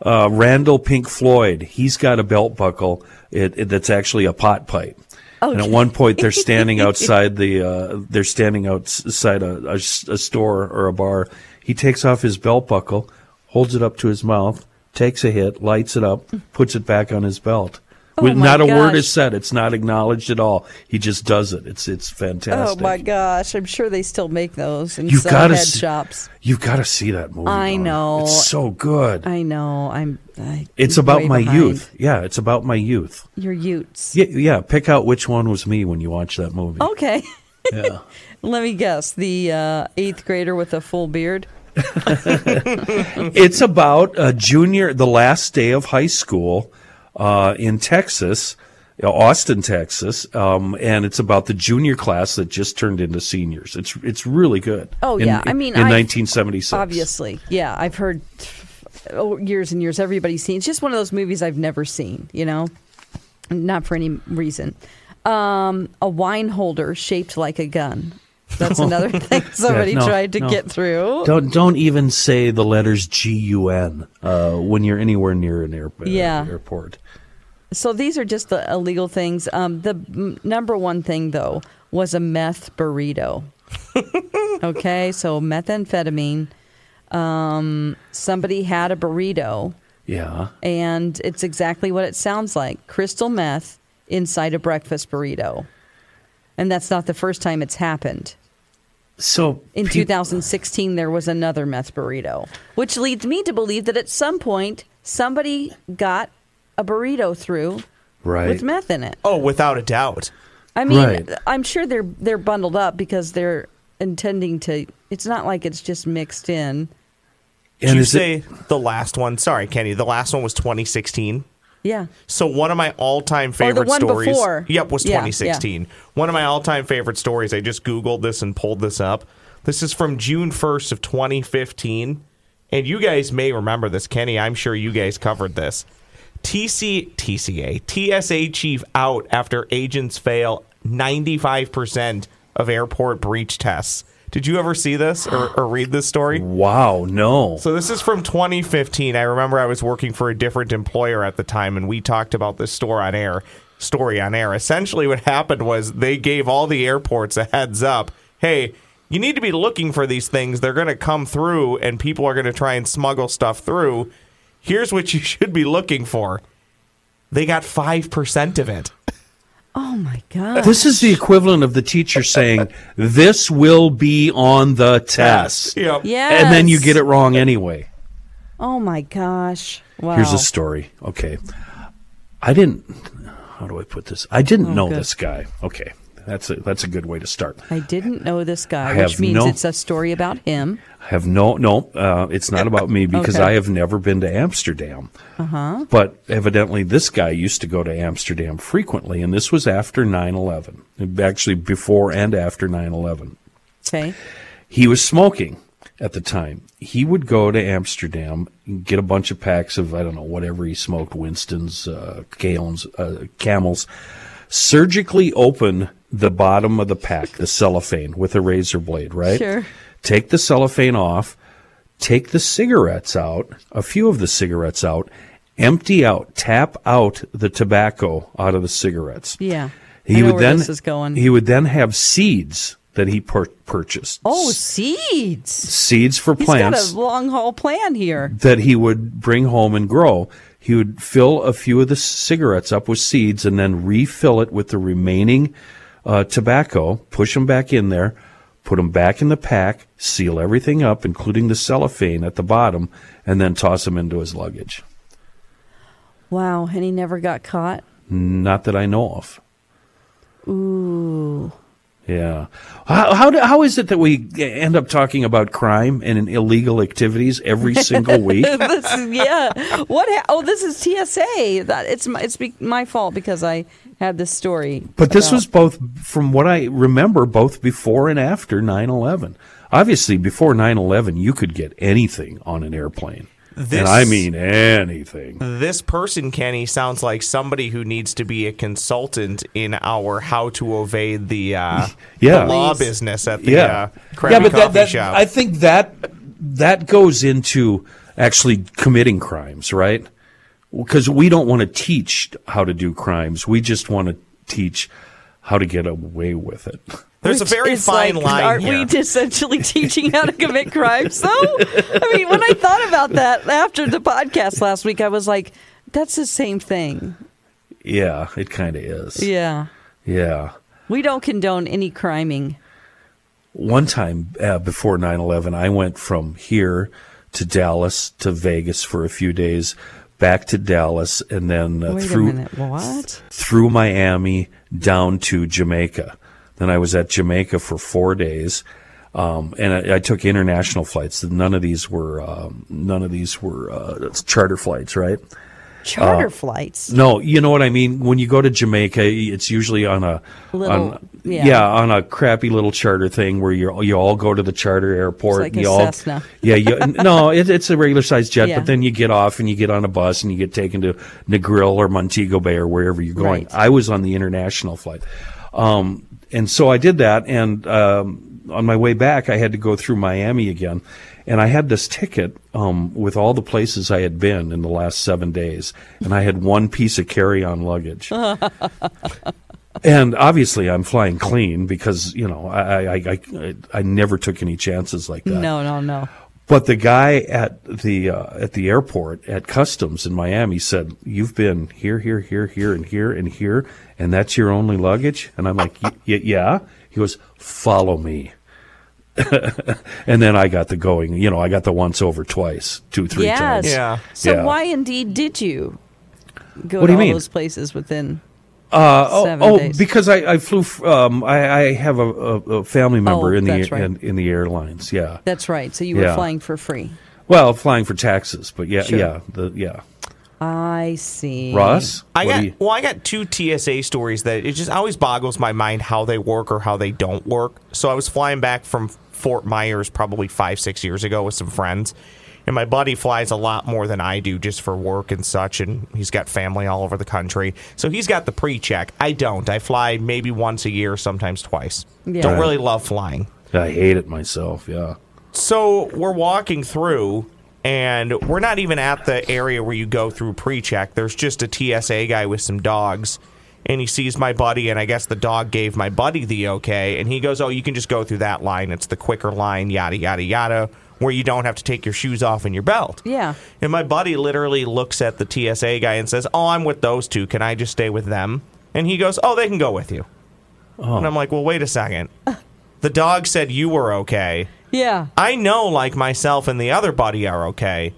Speaker 2: uh, Randall Pink Floyd, he's got a belt buckle it, it- that's actually a pot pipe. And at
Speaker 4: Okay.
Speaker 2: one point, they're standing outside the uh, they're standing outside a, a s- a store or a bar. He takes off his belt buckle, holds it up to his mouth, takes a hit, lights it up, puts it back on his belt.
Speaker 4: Oh
Speaker 2: With-
Speaker 4: my
Speaker 2: not a word
Speaker 4: gosh.
Speaker 2: is said. It's not acknowledged at all. He just does it. It's it's
Speaker 4: Oh
Speaker 2: fantastic.
Speaker 4: my gosh! I'm sure they still make those in
Speaker 2: You've
Speaker 4: some
Speaker 2: got to
Speaker 4: head shops.
Speaker 2: You've got to see that movie.
Speaker 4: I
Speaker 2: Donna.
Speaker 4: know.
Speaker 2: It's so good.
Speaker 4: I know. I'm. I,
Speaker 2: It's
Speaker 4: I'm
Speaker 2: about
Speaker 4: way
Speaker 2: my
Speaker 4: behind.
Speaker 2: youth. Yeah, it's about my youth.
Speaker 4: Your Utes.
Speaker 2: Yeah, yeah. Pick out which one was me when you watch that movie.
Speaker 4: Okay.
Speaker 2: Yeah.
Speaker 4: Let me guess. The uh, eighth grader with a full beard.
Speaker 2: it's about a junior, the last day of high school uh, in Texas, uh, Austin, Texas, um, and it's about the junior class that just turned into seniors. It's it's really good.
Speaker 4: Oh
Speaker 2: In-
Speaker 4: yeah. I mean,
Speaker 2: in
Speaker 4: I've-
Speaker 2: 1976.
Speaker 4: Obviously, yeah. I've heard oh, years and years. Everybody's seen. It's just one of those movies I've never seen. You know, not for any reason. Um, a wine holder shaped like a gun. That's another thing somebody
Speaker 2: Yeah, no,
Speaker 4: tried to
Speaker 2: no.
Speaker 4: get through.
Speaker 2: Don't don't even say the letters G U N uh, when you're anywhere near an airport.
Speaker 4: Yeah.
Speaker 2: Airport.
Speaker 4: So these are just the illegal things. Um, the m- number one thing, though, was a meth burrito. okay, so methamphetamine. Um, somebody had a burrito,
Speaker 2: Yeah.
Speaker 4: and it's exactly what it sounds like crystal meth inside a breakfast burrito. And that's not the first time it's happened.
Speaker 2: So
Speaker 4: In
Speaker 2: peop-
Speaker 4: 2016, there was another meth burrito, which leads me to believe that at some point somebody got a burrito through
Speaker 2: right?
Speaker 4: with meth in it.
Speaker 5: Oh, without a doubt.
Speaker 4: I mean,
Speaker 2: Right.
Speaker 4: I'm sure they're they're bundled up because they're intending to. It's not like it's just mixed in.
Speaker 5: Did
Speaker 2: And
Speaker 5: you
Speaker 2: is it-
Speaker 5: say the last one? Sorry, Kenny. The last one was 2016.
Speaker 4: Yeah.
Speaker 5: So one of my all-time favorite
Speaker 4: one
Speaker 5: stories.
Speaker 4: before.
Speaker 5: Yep, was
Speaker 4: Yeah, yeah.
Speaker 5: 2016. One of my all-time favorite stories. I just googled this and pulled this up. This is from June 1st of 2015, and you guys may remember this, Kenny. I'm sure you guys covered this. TC TCA TSA chief out after agents fail 95% of airport breach tests. Did you ever see this or, or read this story?
Speaker 2: Wow, no.
Speaker 5: So this is from 2015. I remember I was working for a different employer at the time, and we talked about this store on air story on air. Essentially, what happened was they gave all the airports a heads up. Hey, you need to be looking for these things. They're going to come through, and people are going to try and smuggle stuff through. Here's what you should be looking for. They got five percent of it.
Speaker 4: Oh my god.
Speaker 2: this is the equivalent of the teacher saying, "This will be on the test,"
Speaker 5: Yep.
Speaker 4: yeah.
Speaker 2: and then you get it wrong anyway.
Speaker 4: Oh my gosh. Wow.
Speaker 2: Here's a story. Okay, I didn't. How do I put this? I didn't know
Speaker 4: Oh, good.
Speaker 2: this guy. Okay, that's a that's a good way to start.
Speaker 4: I didn't know this guy,
Speaker 2: I
Speaker 4: which
Speaker 2: have
Speaker 4: means
Speaker 2: no-
Speaker 4: it's a story about him.
Speaker 2: I have no no. Uh, it's not about me because
Speaker 4: Okay.
Speaker 2: I have never been to Amsterdam. Uh-huh. But evidently, this guy used to go to Amsterdam frequently, and this was after 9-11. Actually, before and after 9-11.
Speaker 4: Okay.
Speaker 2: he was smoking at the time. He would go to Amsterdam, get a bunch of packs of I don't know whatever he smoked, Winston's, uh, Camels, uh, Camels, surgically open the bottom of the pack, the cellophane with a razor blade, right?
Speaker 4: Sure.
Speaker 2: Take the cellophane off, take the cigarettes out, a few of the cigarettes out, empty out, tap out the tobacco out of the cigarettes.
Speaker 4: Yeah. I
Speaker 2: He
Speaker 4: know
Speaker 2: would
Speaker 4: where
Speaker 2: then
Speaker 4: this is going.
Speaker 2: he would then have seeds that he pur- purchased.
Speaker 4: oh, seeds.
Speaker 2: seeds for
Speaker 4: He's
Speaker 2: plants
Speaker 4: got a long haul plan here.
Speaker 2: that he would bring home and grow. He would fill a few of the cigarettes up with seeds and then refill it with the remaining uh, tobacco, push them back in there, put them back in the pack, seal everything up, including the cellophane at the bottom, and then toss them into his luggage.
Speaker 4: Wow. And he never got caught.
Speaker 2: Not that I know of. Ooh. Yeah. How, how, do, how is it that we eh, end up talking about crime and illegal activities every single week?
Speaker 4: this is, yeah. What? Ha- oh, this is TSA. That it's my, it's be- my fault because I had this story.
Speaker 2: But this
Speaker 4: about-
Speaker 2: was both, from what I remember, both before and after 9 11. Obviously, before 9 11, you could get anything on an airplane.
Speaker 5: This,
Speaker 2: and I mean anything.
Speaker 5: this person, Kenny, sounds like somebody who needs to be a consultant in our how to evade the, uh,
Speaker 2: Yeah.
Speaker 5: the law
Speaker 2: Please.
Speaker 5: business at the
Speaker 2: yeah,
Speaker 5: uh, Krabby Coffee
Speaker 2: that, that
Speaker 5: Shop.
Speaker 2: I think that that goes into actually committing crimes, right? Because we don't want to teach how to do crimes. We just want to teach how to get away with it.
Speaker 5: There's a
Speaker 4: Which
Speaker 5: very
Speaker 4: is
Speaker 5: fine
Speaker 4: like,
Speaker 5: line
Speaker 4: Aren't
Speaker 5: here.
Speaker 4: we essentially teaching how to commit crimes, though? I mean, when I thought about that after the podcast last week, I was like, that's the same thing.
Speaker 2: Yeah, it kind of is.
Speaker 4: Yeah.
Speaker 2: Yeah.
Speaker 4: We don't condone any criming.
Speaker 2: One time uh, before 9 11, I went from here to Dallas to Vegas for a few days, back to Dallas, and then uh,
Speaker 4: Wait
Speaker 2: through.
Speaker 4: a minute. What?
Speaker 2: through Miami down to Jamaica. Then I was at Jamaica for four days, um, and I, I took international flights. None of these were um, none of these were uh, charter flights, right? Uh,
Speaker 4: Charter flights.
Speaker 2: No, you know what I mean. When you go to Jamaica, it's usually on a
Speaker 4: Little-
Speaker 2: on,
Speaker 4: yeah.
Speaker 2: on a crappy little charter thing where you you all go to the charter airport.
Speaker 4: like
Speaker 2: and
Speaker 4: a
Speaker 2: you all,
Speaker 4: Cessna.
Speaker 2: Yeah, you, no, it, it's a regular sized jet,
Speaker 4: Yeah.
Speaker 2: but then you get off and you get on a bus and you get taken to Negril or Montego Bay or wherever you're going.
Speaker 4: Right.
Speaker 2: I was on the international flight, um, and so I did that. And um, on my way back, I had to go through Miami again, and I had this ticket um, with all the places I had been in the last seven days, and I had one piece of carry-on luggage. And obviously, I'm flying clean because you know I I, I- I I never took any chances like that.
Speaker 4: No, no, no.
Speaker 2: But the guy at the uh, at the airport at customs in Miami said, "You've been here, here, here, here, and here, and here, and that's your only luggage." And I'm like, y- y- "Yeah." He goes, "Follow me." and then I got the going. You know, I got the once over twice, two, three
Speaker 4: yes.
Speaker 2: times.
Speaker 5: Yeah.
Speaker 4: So
Speaker 2: Yeah.
Speaker 4: why indeed did you go
Speaker 2: What do
Speaker 4: to
Speaker 2: you
Speaker 4: all
Speaker 2: mean?
Speaker 4: those places within
Speaker 2: Oh,
Speaker 4: seven
Speaker 2: oh,
Speaker 4: days?
Speaker 2: because I, I flew. f- Um, I, I have a, a, a family member
Speaker 4: Oh,
Speaker 2: in the
Speaker 4: that's right.
Speaker 2: in, in the airlines. Yeah.
Speaker 4: That's right. So you were
Speaker 2: Yeah.
Speaker 4: flying for free.
Speaker 2: Well, flying for taxes, but yeah,
Speaker 4: Sure.
Speaker 2: yeah, the yeah.
Speaker 4: I see.
Speaker 2: Ross,
Speaker 5: I
Speaker 2: what do
Speaker 5: got
Speaker 2: you-
Speaker 5: well. I got two TSA stories that it just always boggles my mind how they work or how they don't work. So I was flying back from Fort Myers probably five six years ago with some friends, and my buddy flies a lot more than I do just for work and such, and he's got family all over the country, so he's got the pre check. I don't. I fly maybe once a year, sometimes twice.
Speaker 4: Yeah.
Speaker 5: Don't
Speaker 4: Right.
Speaker 5: really love flying.
Speaker 2: I hate it myself. Yeah.
Speaker 5: So we're walking through, and we're not even at the area where you go through pre check. There's just a TSA guy with some dogs, and he sees my buddy, and I guess the dog gave my buddy the okay. And he goes, Oh, you can just go through that line. It's the quicker line, yada, yada, yada, where you don't have to take your shoes off and your belt.
Speaker 4: Yeah.
Speaker 5: And my buddy literally looks at the TSA guy and says, Oh, I'm with those two. Can I just stay with them? And he goes, Oh, they can go with you. And I'm like, Well, wait a second. The dog said you were okay.
Speaker 4: Yeah.
Speaker 5: I know, like myself and the other buddy are okay.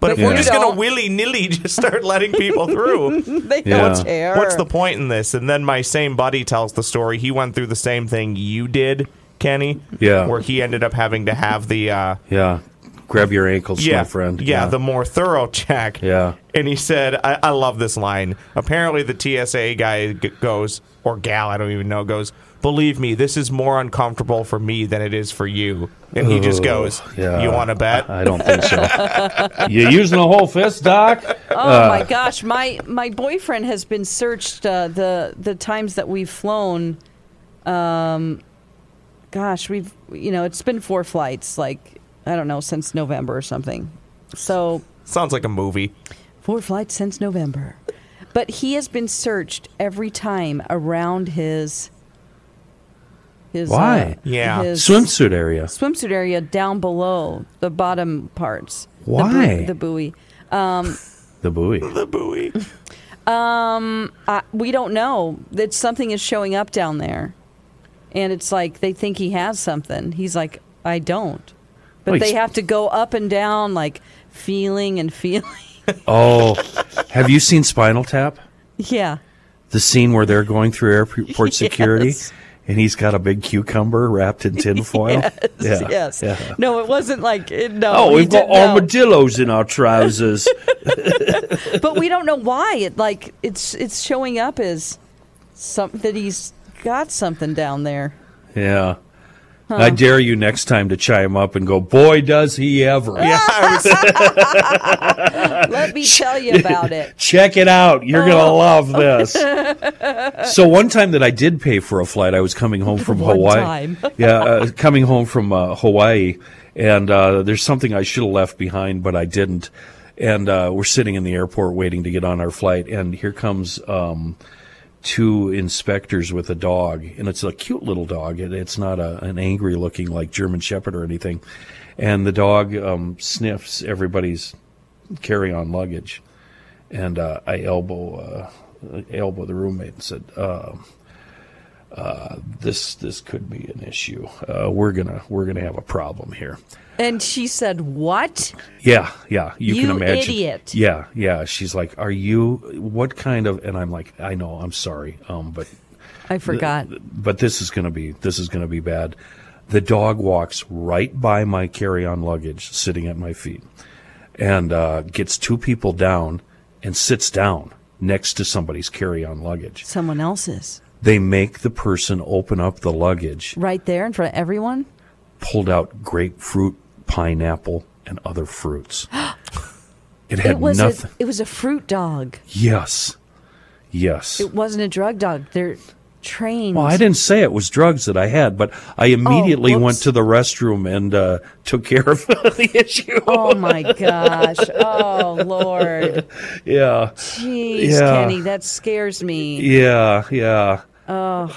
Speaker 5: But, if
Speaker 4: But
Speaker 5: we're
Speaker 4: you
Speaker 5: just going
Speaker 4: don't.
Speaker 5: to willy nilly just start letting people through,
Speaker 4: They
Speaker 2: Yeah.
Speaker 4: don't care.
Speaker 5: what's the point in this? And then my same buddy tells the story. He went through the same thing you did, Kenny.
Speaker 2: Yeah.
Speaker 5: Where he ended up having to have the. Uh,
Speaker 2: Yeah. Grab your ankles,
Speaker 5: yeah,
Speaker 2: my friend.
Speaker 5: Yeah, the more thorough check.
Speaker 2: Yeah.
Speaker 5: And he said, I, I love this line. Apparently, the TSA guy g- goes, or gal, I don't even know, goes, Believe me, this is more uncomfortable for me than it is for you. And he just
Speaker 2: Ugh,
Speaker 5: goes,
Speaker 2: yeah.
Speaker 5: You want to bet?
Speaker 2: I don't think so. you using the whole fist, Doc? Uh,
Speaker 4: Oh my gosh, my my boyfriend has been searched uh, the the times that we've flown. Um, gosh, we've you know it's been four flights, like I don't know since November or something. So
Speaker 5: Sounds like a movie.
Speaker 4: four flights since November, but he has been searched every time around his his uh,
Speaker 2: Why?
Speaker 5: Yeah.
Speaker 4: his
Speaker 2: Swimsuit area.
Speaker 4: swimsuit area down below the bottom parts. the buoy-
Speaker 2: Why?
Speaker 4: the buoy?
Speaker 2: The buoy.
Speaker 5: The buoy.
Speaker 4: I, we don't know that something is showing up down there, and it's like they think he has something. He's like, I don't, but
Speaker 2: Well,
Speaker 4: they
Speaker 2: he's-
Speaker 4: have to go up and down, like feeling and feeling.
Speaker 2: Oh, have you seen Spinal Tap?
Speaker 4: yeah,
Speaker 2: The scene where they're going through airport security
Speaker 4: Yes.
Speaker 2: and he's got a big cucumber wrapped in tinfoil? yeah.
Speaker 4: yes.
Speaker 2: Yeah.
Speaker 4: No, it wasn't like it, no.
Speaker 2: Oh,
Speaker 4: he
Speaker 2: we've got
Speaker 4: didn't know.
Speaker 2: armadillos in our trousers.
Speaker 4: but we don't know why it like it's it's showing up as some that he's got something down there.
Speaker 2: yeah. I dare you next time to chime up and go, boy, does he ever.
Speaker 4: Let me tell you about it. Oh.
Speaker 2: Check it out. You're going to love this. so one time that I did pay for a flight, I was coming home from
Speaker 4: One
Speaker 2: Hawaii.
Speaker 4: time.
Speaker 2: yeah, uh, coming home from uh, Hawaii, and uh, there's something I should have left behind, but I didn't. And uh, we're sitting in the airport waiting to get on our flight, and here comes um, two inspectors with a dog, and it's a cute little dog. It, it's not a, an angry looking like German Shepherd or anything. And the dog um, sniffs everybody's carry on luggage, and uh, I elbow uh, elbow the roommate and said. Uh, this this could be an issue. Uh, we're gonna we're gonna have a problem here.
Speaker 4: And she said, What?
Speaker 2: Yeah, yeah, you, can
Speaker 4: You
Speaker 2: imagine.
Speaker 4: idiot.
Speaker 2: Yeah, yeah. She's like, "Are you? What kind of?" And I'm like, "I know. I'm sorry. Um, but
Speaker 4: I forgot.
Speaker 2: but this is gonna be this is gonna be bad." The dog walks right by my carry-on luggage, sitting at my feet, and uh, gets two people down and sits down next to somebody's carry-on luggage.
Speaker 4: Someone else's.
Speaker 2: They make the person open up the luggage
Speaker 4: Right there in front of everyone?
Speaker 2: pulled out grapefruit, pineapple, and other fruits. It had
Speaker 4: it was
Speaker 2: nothing.
Speaker 4: A, it was a fruit dog.
Speaker 2: yes, yes.
Speaker 4: It wasn't a drug dog. They're trained.
Speaker 2: well, I didn't say it was drugs that I had, but I immediately went
Speaker 4: Oh, whoops.
Speaker 2: to the restroom and uh, took care of the issue.
Speaker 4: Oh my gosh. Oh Lord.
Speaker 2: Yeah,
Speaker 4: Jeez,
Speaker 2: Yeah.
Speaker 4: Kenny, that scares me.
Speaker 2: yeah, yeah.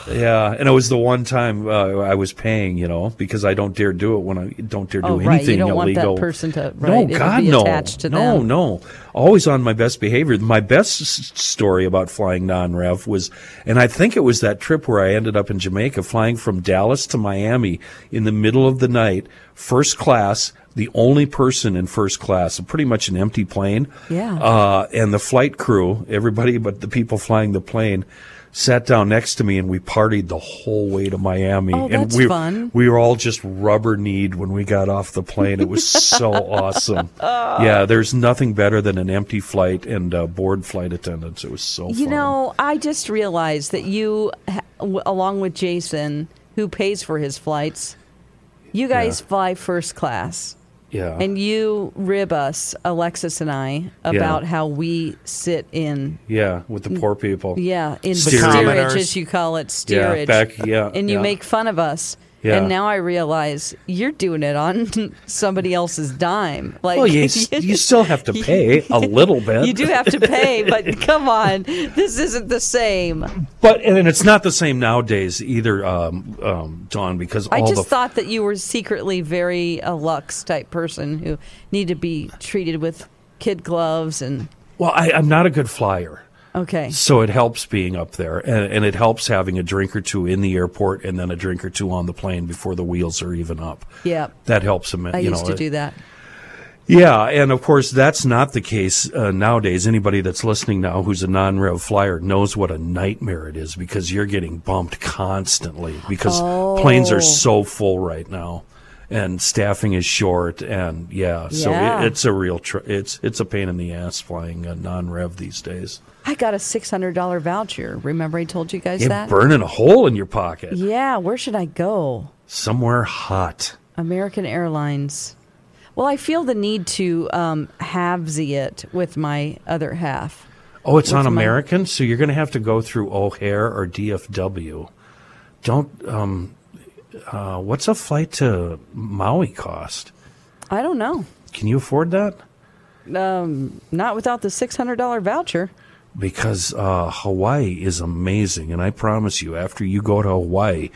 Speaker 2: Yeah, and it was the one time uh, I was paying, you know, because I don't dare do it when I don't dare do
Speaker 4: Oh,
Speaker 2: anything
Speaker 4: right. You don't want that
Speaker 2: illegal.
Speaker 4: person to-
Speaker 2: no,
Speaker 4: right, it'll
Speaker 2: God,
Speaker 4: be
Speaker 2: no,
Speaker 4: attached to
Speaker 2: no,
Speaker 4: them.
Speaker 2: no. Always on my best behavior. My best s- story about flying non-rev was, and I think it was that trip where I ended up in Jamaica, flying from Dallas to Miami in the middle of the night, first class. The only person in first class, pretty much an empty plane.
Speaker 4: Yeah.
Speaker 2: Uh, and the flight crew, everybody but the people flying the plane, sat down next to me and we partied the whole way to Miami.
Speaker 4: Oh,
Speaker 2: and
Speaker 4: that's
Speaker 2: we,
Speaker 4: fun.
Speaker 2: we were all just rubber kneed when we got off the plane. It was so awesome. Yeah, there's nothing better than an empty flight and uh, bored flight attendants. It was so
Speaker 4: You
Speaker 2: fun.
Speaker 4: know, I just realized that you, ha- w- along with Jason, who pays for his flights, you guys fly first class.
Speaker 2: yeah.
Speaker 4: And you rib us, Alexis and I, about how we sit in,
Speaker 2: yeah, with the poor people.
Speaker 4: Mm, yeah, in
Speaker 2: Steerage.
Speaker 4: steerage,
Speaker 5: Commoners.
Speaker 4: as you call it, steerage.
Speaker 2: back- yeah,
Speaker 4: and you
Speaker 2: yeah.
Speaker 4: make fun of us.
Speaker 2: Yeah.
Speaker 4: And now I realize you're doing it on somebody else's dime. Like,
Speaker 2: Well, you, s- you still have to pay a little bit.
Speaker 4: you do have to pay, but come on, this isn't the same.
Speaker 2: But, and it's not the same nowadays either, um, um, Dawn, because
Speaker 4: I
Speaker 2: all
Speaker 4: just
Speaker 2: the
Speaker 4: thought that you were secretly very a Lux type person who need to be treated with kid gloves and
Speaker 2: Well, I, I'm not a good flyer.
Speaker 4: okay.
Speaker 2: So it helps being up there, and, and it helps having a drink or two in the airport, and then a drink or two on the plane before the wheels are even up.
Speaker 4: Yeah.
Speaker 2: that helps them.
Speaker 4: I
Speaker 2: you
Speaker 4: used
Speaker 2: know,
Speaker 4: to do that.
Speaker 2: yeah, and of course that's not the case uh, nowadays. Anybody that's listening now who's a non-rev flyer knows what a nightmare it is because you're getting bumped constantly because
Speaker 4: Oh.
Speaker 2: planes are so full right now, and staffing is short, and yeah, so
Speaker 4: Yeah.
Speaker 2: it, it's a real tr- it's it's a pain in the ass flying a non-rev these days.
Speaker 4: I got a six hundred dollar voucher. Remember I told you guys
Speaker 2: You're
Speaker 4: that?
Speaker 2: burning a hole in your pocket.
Speaker 4: yeah, where should I go?
Speaker 2: Somewhere hot.
Speaker 4: American Airlines. Well, I feel the need to um halvesy it with my other half.
Speaker 2: Oh, it's on
Speaker 4: my-
Speaker 2: American, so you're going to have to go through O'Hare or DFW. Don't. Um, uh, what's a flight to Maui cost?
Speaker 4: I don't know.
Speaker 2: Can you afford that?
Speaker 4: Not without the six hundred dollar voucher.
Speaker 2: Because uh, Hawaii is amazing, and I promise you, after you go to Hawaii,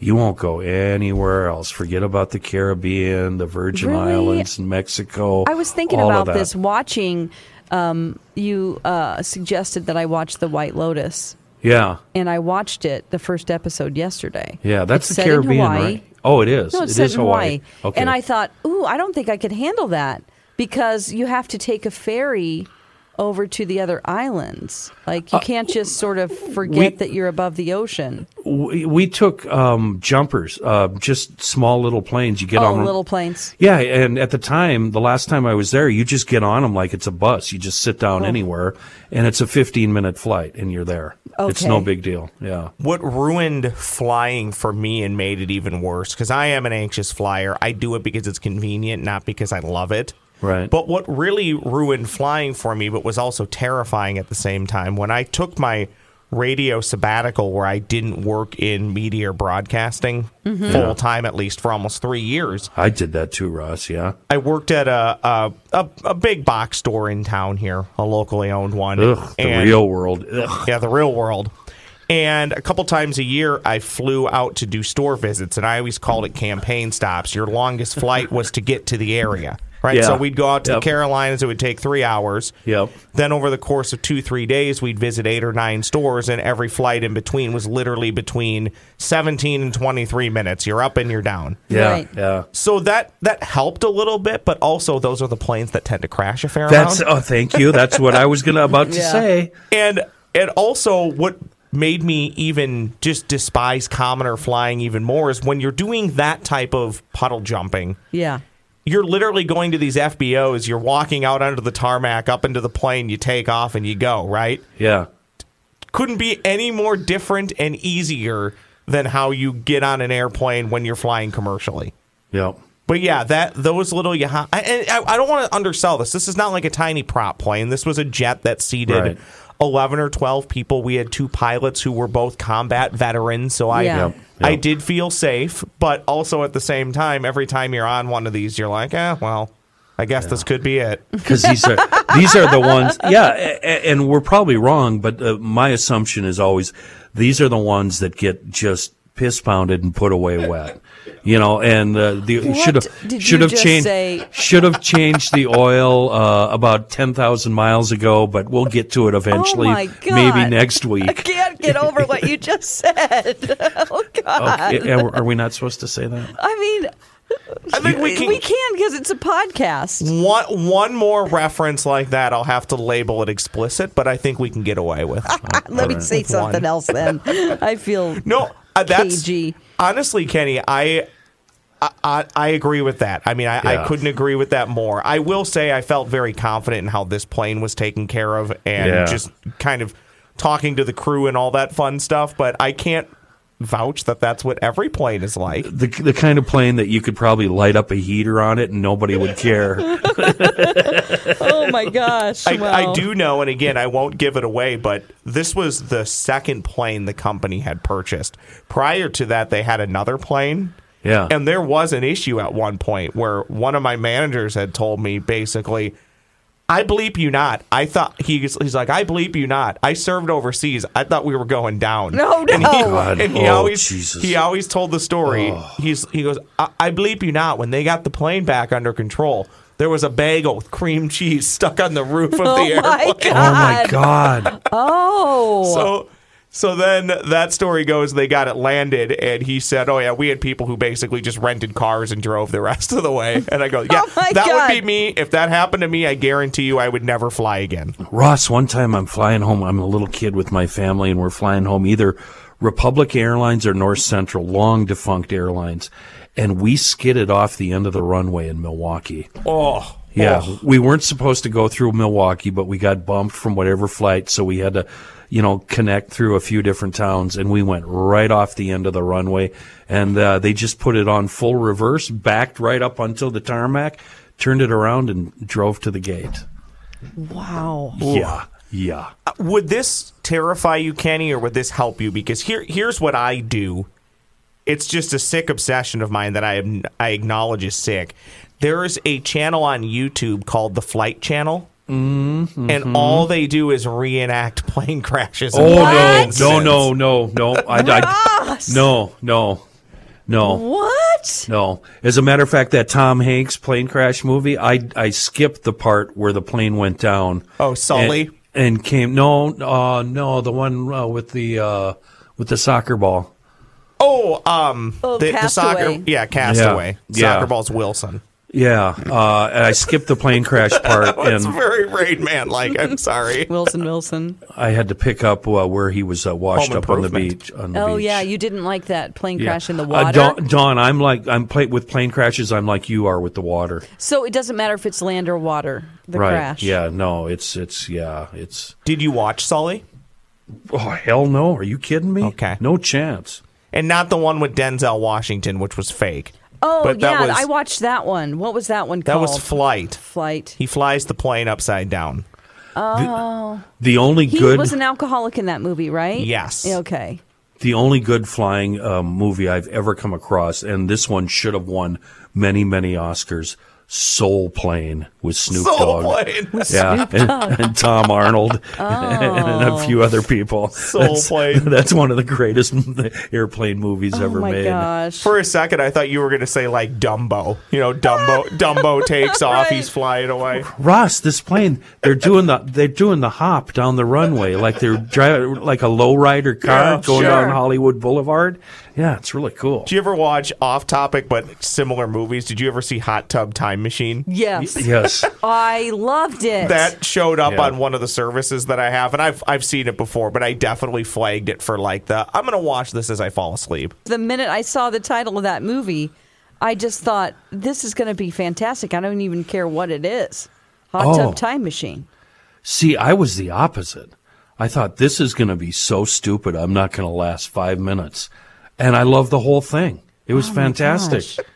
Speaker 2: you won't go anywhere else. Forget about the Caribbean, the Virgin
Speaker 4: Really?
Speaker 2: Islands, and Mexico.
Speaker 4: I was thinking
Speaker 2: all of
Speaker 4: about
Speaker 2: that.
Speaker 4: this watching. Um, you uh, suggested that I watch The White Lotus,
Speaker 2: Yeah,
Speaker 4: and I watched it the first episode yesterday.
Speaker 2: yeah, that's
Speaker 4: It's
Speaker 2: the
Speaker 4: set in
Speaker 2: Caribbean,
Speaker 4: Hawaii.
Speaker 2: right? Oh, it is.
Speaker 4: No, it's
Speaker 2: It
Speaker 4: set
Speaker 2: is
Speaker 4: in Hawaii.
Speaker 2: Okay.
Speaker 4: And I thought, ooh, I don't think I could handle that because you have to take a ferry over to the other islands. Like you can't just sort of forget that you're above the ocean.
Speaker 2: We, we took um, jumpers, uh, just small little planes. You get
Speaker 4: Oh,
Speaker 2: on 'em-
Speaker 4: little planes.
Speaker 2: Yeah, and at the time, the last time I was there, you just get on them like it's a bus. You just sit
Speaker 4: Oh.
Speaker 2: down anywhere, and it's a 15 minute flight, and you're there. It's no
Speaker 4: Okay.
Speaker 2: big deal. Yeah.
Speaker 5: what ruined flying for me and made it even worse because I am an anxious flyer. I do it because it's convenient, not because I love it.
Speaker 2: Right.
Speaker 5: But what really ruined flying for me, but was also terrifying at the same time, when I took my radio sabbatical where I didn't work in media or broadcasting full time, at least for almost three years,
Speaker 2: I did that too, Ross. Yeah.
Speaker 5: I worked at a a, a, a big box store in town here, a locally owned one.
Speaker 2: Ugh, the
Speaker 5: And-
Speaker 2: real world. Ugh.
Speaker 5: yeah, the real world. And a couple times a year, I flew out to do store visits, and I always called it campaign stops. Your longest flight was to get to the area, right?
Speaker 2: Yeah.
Speaker 5: So we'd go out to
Speaker 2: Yep.
Speaker 5: the Carolinas, it would take three hours.
Speaker 2: Yep.
Speaker 5: Then over the course of two, three days, we'd visit eight or nine stores, and every flight in between was literally between 17 and 23 minutes. You're up and you're down.
Speaker 2: Yeah.
Speaker 4: Right.
Speaker 2: Yeah.
Speaker 5: So that that helped a little bit, but also those are the planes that tend to crash a fair amount.
Speaker 2: That's, oh, thank you. That's what I was gonna about to
Speaker 4: Yeah.
Speaker 2: say.
Speaker 5: and and also what made me even just despise commoner flying even more is when you're doing that type of puddle jumping
Speaker 4: Yeah.
Speaker 5: you're literally going to these FBOs, you're walking out under the tarmac, up into the plane, you take off and you go, right?
Speaker 2: Yeah.
Speaker 5: Couldn't be any more different and easier than how you get on an airplane when you're flying commercially.
Speaker 2: Yep.
Speaker 5: But yeah, that those little Yaha. I, and I, I don't want to undersell this. This is not like a tiny prop plane. This was a jet that seated
Speaker 2: Right.
Speaker 5: eleven or twelve people. We had two pilots who were both combat veterans, so I
Speaker 4: Yeah. Yep,
Speaker 5: I
Speaker 2: yep.
Speaker 5: did feel safe. But also at the same time, every time you're on one of these, you're like, eh, well, I guess this could be it.
Speaker 2: because these are these are the ones. Yeah, a- a- and we're probably wrong, but uh, my assumption is always these are the ones that get just piss pounded and put away wet. You know, and uh, the
Speaker 4: What
Speaker 2: should have
Speaker 4: did you
Speaker 2: should have
Speaker 4: just
Speaker 2: changed
Speaker 4: say?
Speaker 2: should have changed the oil uh, about ten thousand miles ago, but we'll get to it eventually.
Speaker 4: Oh my God.
Speaker 2: Maybe next
Speaker 4: I
Speaker 2: week.
Speaker 4: can't get over what you just said. Oh God.
Speaker 2: Okay, and are we not supposed to say that?
Speaker 4: I mean,
Speaker 5: I think we
Speaker 4: we
Speaker 5: can. Mm.
Speaker 4: can because it's a podcast.
Speaker 5: One, one more reference like that, I'll have to label it explicit, but I think we can get away with.
Speaker 4: Ah, Let me say
Speaker 5: With
Speaker 4: something
Speaker 5: one.
Speaker 4: else then. I feel
Speaker 5: No, uh, that's
Speaker 4: KG.
Speaker 5: honestly, Kenny. I, I- I I agree with that. I mean, I,
Speaker 2: Yeah.
Speaker 5: I couldn't agree with that more. I will say I felt very confident in how this plane was taken care of and
Speaker 2: Yeah.
Speaker 5: just kind of talking to the crew and all that fun stuff. But I can't vouch that that's what every plane is like.
Speaker 2: The, the kind of plane that you could probably light up a heater on it and nobody would care.
Speaker 4: Oh my gosh.
Speaker 5: I,
Speaker 4: wow.
Speaker 5: I do know, and again, I won't give it away, but this was the second plane the company had purchased. Prior to that, they had another plane.
Speaker 2: Yeah.
Speaker 5: And there was an issue at one point where one of my managers had told me basically, I bleep you not. I thought he's, he's like, I bleep you not. I served overseas. I thought we were going down.
Speaker 4: No,
Speaker 5: And he,
Speaker 4: Oh, no. God.
Speaker 5: and he
Speaker 2: Oh,
Speaker 5: always
Speaker 2: Jesus. Oh.
Speaker 5: he always told the story. He's he goes, I, I bleep you not. When they got the plane back under control, there was a bagel with cream cheese stuck on the roof of
Speaker 4: Oh
Speaker 5: the
Speaker 4: my
Speaker 5: airplane.
Speaker 2: Oh my
Speaker 4: God.
Speaker 2: God.
Speaker 4: Oh.
Speaker 5: So so then that story goes they got it landed and he said, "Oh yeah, we had people who basically just rented cars and drove the rest of the way." And I go, "Yeah,
Speaker 4: Oh my
Speaker 5: that
Speaker 4: God.
Speaker 5: would be me. If that happened to me, I guarantee you I would never fly again."
Speaker 2: Ross, one time I'm flying home. I'm a little kid with my family, and we're flying home either Republic Airlines or North Central, long defunct airlines. And we skidded off the end of the runway in Milwaukee.
Speaker 5: Oh.
Speaker 2: Yeah, we weren't supposed to go through Milwaukee, but we got bumped from whatever flight, so we had to, you know, connect through a few different towns, and we went right off the end of the runway, and uh, they just put it on full reverse, backed right up until the tarmac, turned it around, and drove to the gate.
Speaker 4: wow.
Speaker 2: Yeah, yeah.
Speaker 5: would this terrify you, Kenny, or would this help you? Because here, here's what I do. It's just a sick obsession of mine that I am, I acknowledge is sick. There is a channel on YouTube called the Flight Channel,
Speaker 2: Mm-hmm.
Speaker 5: and all they do is reenact plane crashes. and
Speaker 2: Oh
Speaker 5: accidents.
Speaker 2: no, no, no, no, no! I, I
Speaker 4: Ross!
Speaker 2: no, no, no,
Speaker 4: What?
Speaker 2: no. As a matter of fact, that Tom Hanks plane crash movie, I I skipped the part where the plane went down.
Speaker 5: Oh, Sully?
Speaker 2: And, and came no, uh, no, the one uh, with the uh, with the soccer ball.
Speaker 5: Oh, um,
Speaker 4: Oh,
Speaker 5: the, the soccer,
Speaker 4: Castaway.
Speaker 5: yeah, Castaway,
Speaker 2: Yeah.
Speaker 5: soccer
Speaker 2: Yeah.
Speaker 5: balls, Wilson.
Speaker 2: Yeah, uh, and I skipped the plane crash part,
Speaker 5: It's
Speaker 2: and
Speaker 5: very Rain Man like. I'm sorry.
Speaker 4: Wilson Wilson.
Speaker 2: I had to pick up uh, where he was uh, washed
Speaker 5: Home
Speaker 2: up on the
Speaker 5: Improvement.
Speaker 2: beach. On the
Speaker 4: Oh
Speaker 2: beach.
Speaker 4: yeah, you didn't like that plane
Speaker 2: Yeah.
Speaker 4: crash in the
Speaker 2: Uh,
Speaker 4: water.
Speaker 2: Dawn, Dawn, I'm like I'm play, with plane crashes. I'm like you are with the water.
Speaker 4: so it doesn't matter if it's land or water. The
Speaker 2: right?
Speaker 4: crash.
Speaker 2: Yeah. No. It's it's yeah. It's
Speaker 5: Did you watch Sully?
Speaker 2: oh hell no. Are you kidding me?
Speaker 5: Okay.
Speaker 2: No chance.
Speaker 5: And not the one with Denzel Washington, which was fake.
Speaker 4: Oh
Speaker 5: But that
Speaker 4: yeah,
Speaker 5: was-
Speaker 4: I watched that one. What was that one
Speaker 5: That
Speaker 4: called?
Speaker 5: was Flight.
Speaker 4: Flight.
Speaker 5: He flies the plane upside down.
Speaker 2: The only
Speaker 4: He
Speaker 2: good
Speaker 4: was an alcoholic in that movie, right?
Speaker 5: Yes.
Speaker 4: Okay.
Speaker 2: the only good flying um, movie I've ever come across, and this one should have won many many Oscars. Soul Plane with Snoop
Speaker 5: Soul
Speaker 2: Dogg.
Speaker 5: plane.
Speaker 2: Yeah, and, and Tom Arnold
Speaker 4: Oh.
Speaker 2: and a few other people.
Speaker 5: Soul
Speaker 2: that's,
Speaker 5: Plane.
Speaker 2: That's one of the greatest airplane movies
Speaker 4: Oh
Speaker 2: ever
Speaker 4: my
Speaker 2: made.
Speaker 4: gosh.
Speaker 5: For a second, I thought you were going to say like Dumbo. You know, Dumbo. Dumbo takes off. He's flying away.
Speaker 2: Ross, this plane, they're doing the they're doing the hop down the runway like they're driving like a lowrider car
Speaker 5: Yeah,
Speaker 2: going
Speaker 5: sure.
Speaker 2: down Hollywood Boulevard. Yeah, it's really cool.
Speaker 5: Do you ever watch off topic but similar movies? Did you ever see Hot Tub Time Machine?
Speaker 4: yes.
Speaker 2: yes.
Speaker 4: I loved it.
Speaker 5: That showed up
Speaker 2: Yeah.
Speaker 5: on one of the services that I have, and I've I've seen it before, but I definitely flagged it for like the I'm gonna watch this as I fall asleep.
Speaker 4: the minute I saw the title of that movie, I just thought this is going to be fantastic. I don't even care what it is. Hot
Speaker 2: Oh.
Speaker 4: tub time machine.
Speaker 2: See, I was the opposite. I thought this is going to be so stupid. I'm not going to last 5 minutes. And I loved the whole thing. It was
Speaker 4: Oh my gosh.
Speaker 2: fantastic.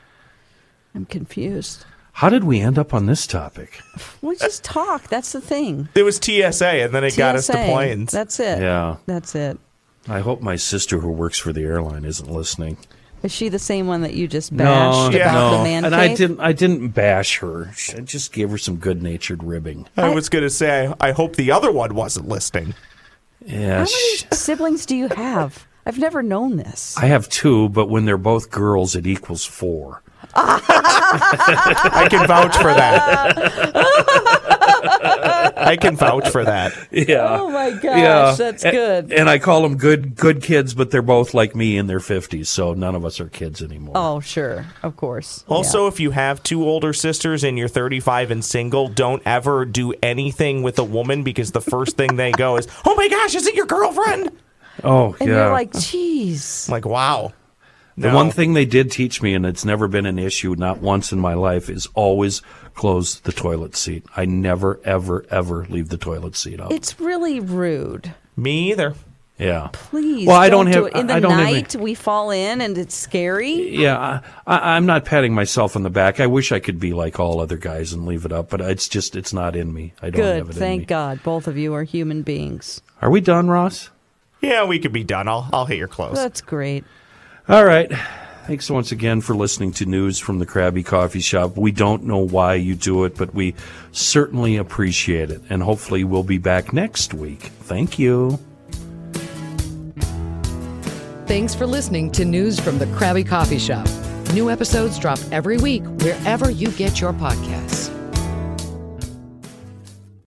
Speaker 4: I'm confused.
Speaker 2: How did we end up on this topic?
Speaker 4: We just talk. That's the thing.
Speaker 5: It was TSA, and then it got us to
Speaker 4: TSA.
Speaker 5: planes.
Speaker 4: That's it.
Speaker 2: Yeah.
Speaker 4: That's it.
Speaker 2: I hope my sister who works for the airline isn't listening.
Speaker 4: Is she the same one that you just bashed
Speaker 5: yeah.
Speaker 4: about
Speaker 2: no.
Speaker 4: the man
Speaker 2: and I
Speaker 4: cave?
Speaker 2: didn't I didn't bash her. I just gave her some good-natured ribbing.
Speaker 5: I was gonna say I, I hope the other one wasn't listening.
Speaker 2: Yeah.
Speaker 4: How
Speaker 2: she-
Speaker 4: many siblings do you have? I've never known this.
Speaker 2: I have two, but when they're both girls, it equals four.
Speaker 5: I can vouch for that. I can vouch for that.
Speaker 2: Yeah.
Speaker 4: Oh my gosh, that's
Speaker 2: A-
Speaker 4: good.
Speaker 2: And I call them good good kids, but they're both like me in their fifties, so none of us are kids anymore.
Speaker 4: oh, sure. Of course. Yeah.
Speaker 5: Also, if you have two older sisters and you're 35 and single, don't ever do anything with a woman because the first thing they go is, "Oh my gosh, is it your girlfriend?"
Speaker 2: Oh,
Speaker 4: And
Speaker 2: yeah.
Speaker 4: you're like, geez.
Speaker 5: I'm like, wow.
Speaker 2: the one thing they did teach me, and it's never been an issue, not once in my life, is always close the toilet seat. I never, ever, ever leave the toilet seat up.
Speaker 4: It's really rude.
Speaker 5: Me either.
Speaker 2: yeah.
Speaker 4: Please.
Speaker 2: Well, I don't
Speaker 4: do
Speaker 2: have-
Speaker 4: it. In the
Speaker 2: I don't have any-
Speaker 4: night, we fall in and it's scary.
Speaker 2: Yeah, I, I'm not patting myself on the back. I wish I could be like all other guys and leave it up, but it's just it's not in me. I don't have
Speaker 4: Good.
Speaker 2: it in me.
Speaker 4: Thank God. Both of you are human beings.
Speaker 2: Are we done, Ross?
Speaker 5: Yeah, we could be done. I'll I'll hit your clothes.
Speaker 4: That's great.
Speaker 2: All right. Thanks once again for listening to news from the Krabby Coffee Shop. We don't know why you do it, but we certainly appreciate it. And hopefully we'll be back next week. Thank you.
Speaker 3: Thanks for listening to News from the Krabby Coffee Shop. New episodes drop every week wherever you get your podcasts.